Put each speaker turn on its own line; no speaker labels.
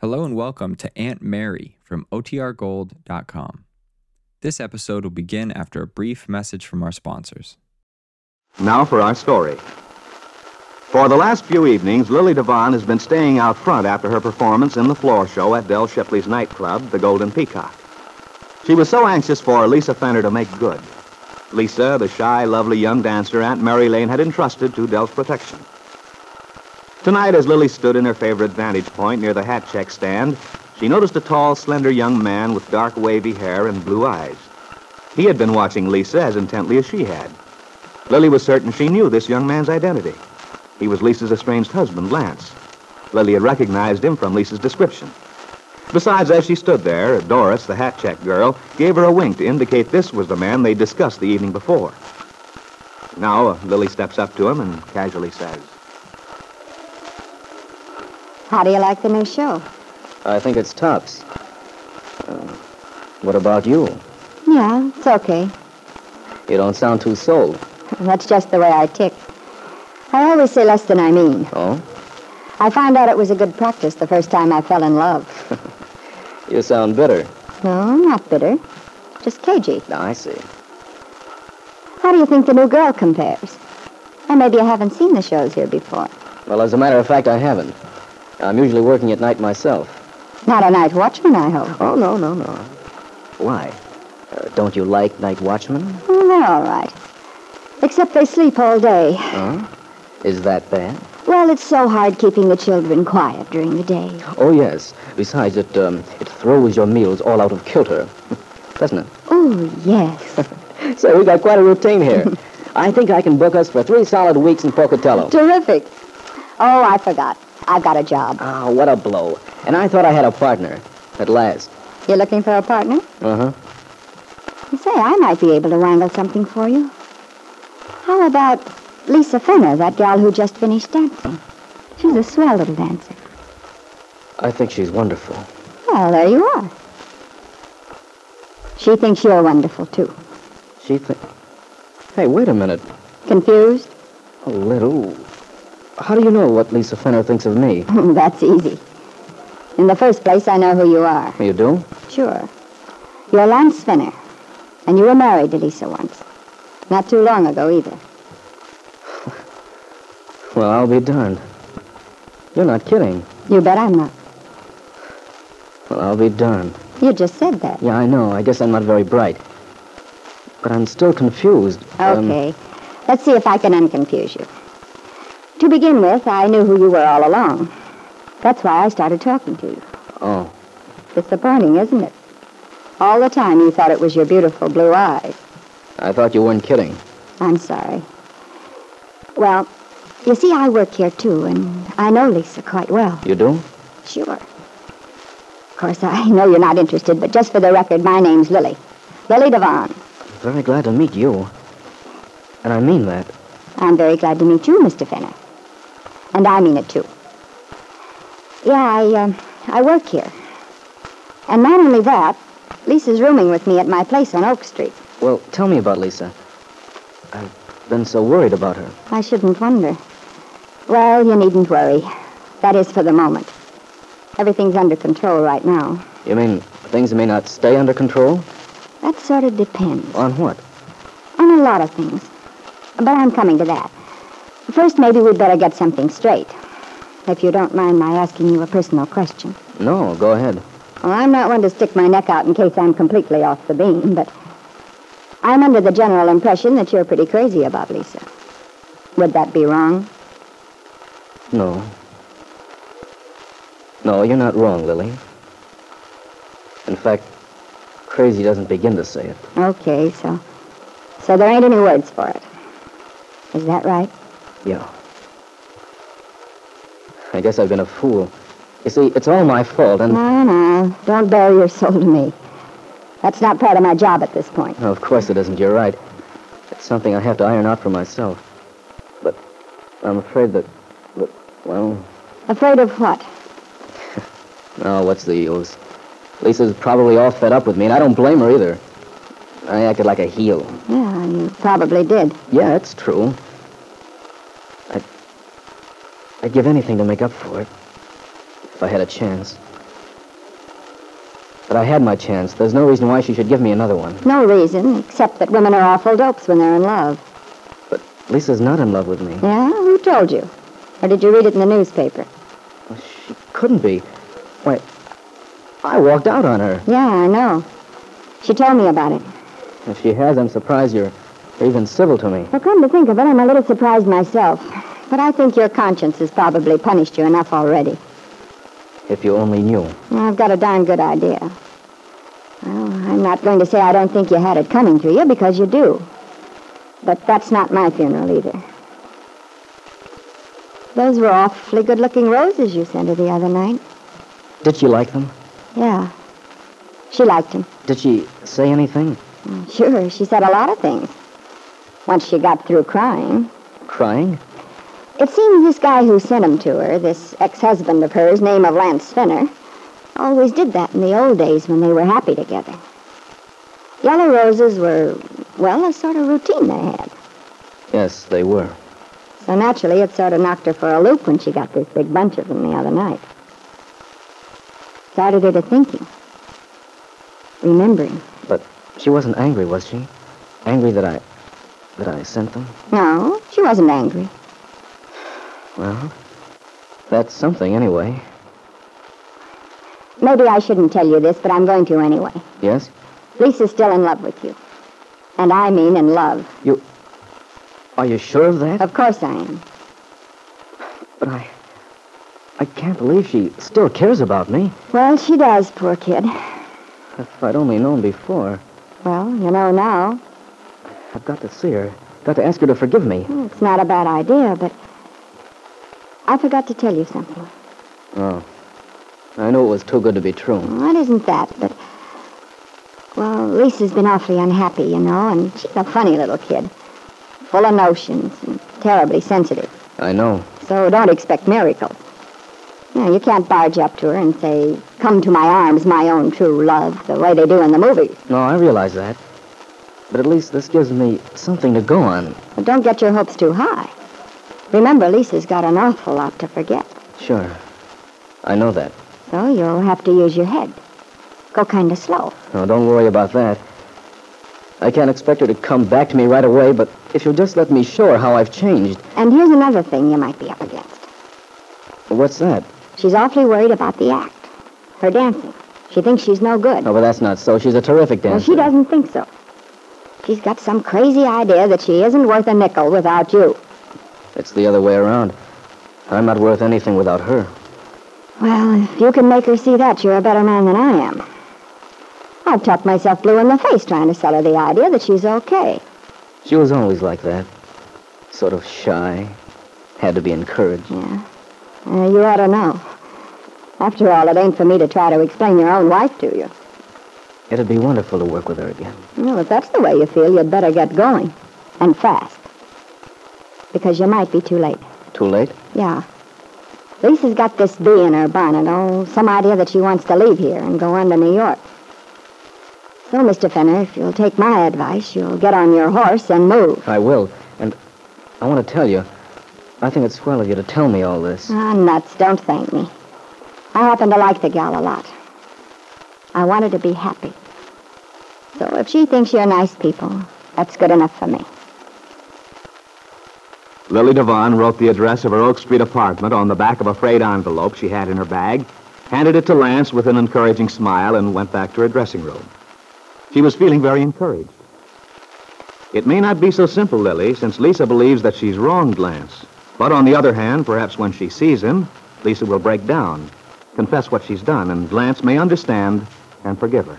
Hello and welcome to Aunt Mary from OTRGold.com. This episode will begin after a brief message from our sponsors.
Now for our story. For the last few evenings, Lily Devon has been staying out front after her performance in the floor show at Del Shipley's nightclub, the Golden Peacock. She was so anxious for Lisa Fenner to make good. Lisa, the shy, lovely young dancer Aunt Mary Lane had entrusted to Del's protection. Tonight, as Lily stood in her favorite vantage point near the hat check stand, she noticed a tall, slender young man with dark, wavy hair and blue eyes. He had been watching Lisa as intently as she had. Lily was certain she knew this young man's identity. He was Lisa's estranged husband, Lance. Lily had recognized him from Lisa's description. Besides, as she stood there, Doris, the hat check girl, gave her a wink to indicate this was the man they discussed the evening before. Now, uh, Lily steps up to him and casually says,
How do you like the new show?
I think it's tops. Uh, what about you?
Yeah, it's okay.
You don't sound too sold.
That's just the way I tick. I always say less than I mean.
Oh?
I found out it was a good practice the first time I fell in love.
You sound bitter. Ah,
No, not bitter. Just cagey.
I see.
How do you think the new girl compares? And maybe you haven't seen the shows here before.
Well, as a matter of fact, I haven't. I'm usually working at night myself.
Not a night watchman, I hope.
Oh, no, no, no. Why? Uh, don't you like night watchmen?
Well, they're all right. Except they sleep all day.
Uh. Is that bad?
Well, it's so hard keeping the children quiet during the day.
Oh, yes. Besides, it, um, it throws your meals all out of kilter, doesn't it?
Oh, yes.
So we got quite a routine here. I think I can book us for three solid weeks in Pocatello.
Terrific. Oh, I forgot. I've got a job.
Ah, what a blow. And I thought I had a partner. At last.
You're looking for a partner?
Uh-huh.
You Say, I might be able to wrangle something for you. How about Lisa Fenner, that gal who just finished dancing? She's a swell little dancer.
I think she's wonderful.
Well, there you are. She thinks you're wonderful, too.
She think... Hey, wait a minute.
Confused?
A little. How do you know what Lisa Fenner thinks of me?
That's easy. In the first place, I know who you are.
You do?
Sure. You're Lance Fenner, and you were married to Lisa once. Not too long ago, either.
Well, I'll be darned. You're not kidding.
You bet I'm not.
Well, I'll be darned.
You just said that.
Yeah, I know. I guess I'm not very bright. But I'm still confused. Um,
Okay. Let's see if I can unconfuse you. To begin with, I knew who you were all along. That's why I started talking to you.
oh,
Disappointing, isn't it? All the time you thought it was your beautiful blue eyes.
I thought you weren't kidding.
I'm sorry. Well, you see, I work here too, and I know Lisa quite well.
You do?
Sure. Of course, I know you're not interested, but just for the record, my name's Lily. Lily Devon.
Very glad to meet you. And I mean that.
I'm very glad to meet you, Mr. Fenner. And I mean it, too. Yeah, I, um, I work here. And not only that, Lisa's rooming with me at my place on Oak Street.
Well, tell me about Lisa. I've been so worried about her.
I shouldn't wonder. Well, you needn't worry. That is for the moment. Everything's under control right now.
You mean things may not stay under control?
That sort of depends
On what?
on a lot of things. But I'm coming to that. First, maybe we'd better get something straight. If you don't mind my asking you a personal question.
No, go ahead.
Well, I'm not one to stick my neck out in case I'm completely off the beam, but I'm under the general impression that you're pretty crazy about Lisa. Would that be wrong?
No. No, you're not wrong, Lily. In fact, crazy doesn't begin to say it.
Okay, so. So there ain't any words for it. Is that right?
Yeah. I guess I've been a fool. You see, it's all my fault, and
No, no. Don't bury your soul to me. That's not part of my job at this point.
No, of course it isn't. You're right. It's something I have to iron out for myself. But I'm afraid that, that well,
Afraid of what?
no, what's the use? Lisa's probably all fed up with me, and I don't blame her either. I acted like a heel.
Yeah, you probably did.
Yeah, it's true. I'd, I'd give anything to make up for it. If I had a chance. But I had my chance. There's no reason why she should give me another one.
No reason, except that women are awful dopes when they're in love.
But Lisa's not in love with me.
Yeah? Who told you? Or did you read it in the newspaper?
Well, she couldn't be. Wait, I walked out on her.
Yeah, I know. She told me about it.
If she has, I'm surprised you're you're even civil to me.
Well, come to think of it, I'm a little surprised myself. But I think your conscience has probably punished you enough already.
If you only knew.
I've got a darn good idea. Well, I'm not going to say I don't think you had it coming to you, because you do. But that's not my funeral either. Those were awfully good looking roses you sent her the other night.
Did she like them?
Yeah. She liked him.
Did she say anything?
Sure, she said a lot of things. Once she got through crying.
Crying?
It seems this guy who sent him to her, this ex-husband of hers, name of Lance Finner, always did that in the old days when they were happy together. Yellow roses were, well, a sort of routine they had.
Yes, they were.
So naturally, it sort of knocked her for a loop when she got this big bunch of them the other night. Started her to thinking, remembering.
But she wasn't angry, was she? Angry that I. that I sent them?
No, she wasn't angry.
Well, that's something anyway.
Maybe I shouldn't tell you this, but I'm going to anyway.
Yes?
Lisa's still in love with you. And I mean in love.
You. Are you sure of that?
Of course I am.
But I. I can't believe she still cares about me.
Well, she does, poor kid.
If I'd only known before,
Well, you know now.
I've got to see her. Got to ask her to forgive me.
Well, It's not a bad idea, but I forgot to tell you something.
Oh. I knew it was too good to be true.
Well, it isn't that, but well, Lisa's been awfully unhappy, you know, and she's a funny little kid, full of notions and terribly sensitive.
I know.
So don't expect miracles. You, know, you can't barge up to her and say, "Come to my arms, my own true love," the way they do in the movies.
No, I realize that. But at least this gives me something to go on.
But don't get your hopes too high. Remember, Lisa's got an awful lot to forget.
Sure. I know that.
So you'll have to use your head. Go kind of slow.
No, Oh, don't worry about that. I can't expect her to come back to me right away, but if you'll just let me show her how I've changed.
And here's another thing you might be up against.
What's that?
She's awfully worried about the act. Her dancing. She thinks she's no good.
Oh, but that's not so. She's a terrific
well,
dancer.
she doesn't think so. She's got some crazy idea that she isn't worth a nickel without you.
It's the other way around. I'm not worth anything without her.
Well, if you can make her see that, you're a better man than I am. I've talked myself blue in the face trying to sell her the idea that she's okay.
She was always like that. Sort of shy. Had to be encouraged.
Yeah. Uh, you ought to know. After all, it ain't for me to try to explain your own wife to you.
It'd be wonderful to work with her again.
Well, if that's the way you feel, you'd better get going. And fast. Because you might be too late.
Too late?
Yeah. Lisa's got this bee in her bonnet, oh, some idea that she wants to leave here and go on to New York. So, Mr. Fenner, if you'll take my advice, you'll get on your horse and move.
I will. And I want to tell you, I think it's swell of you to tell me all this.
Ah, nuts, don't thank me. I happen to like the gal a lot. I want her to be happy. So if she thinks you're nice people, that's good enough for me.
Lily Devon wrote the address of her Oak Street apartment on the back of a frayed envelope she had in her bag, handed it to Lance with an encouraging smile, and went back to her dressing room. She was feeling very encouraged. It may not be so simple, Lily, since Lisa believes that she's wronged Lance. But on the other hand, perhaps when she sees him, Lisa will break down, confess what she's done, and Lance may understand and forgive her.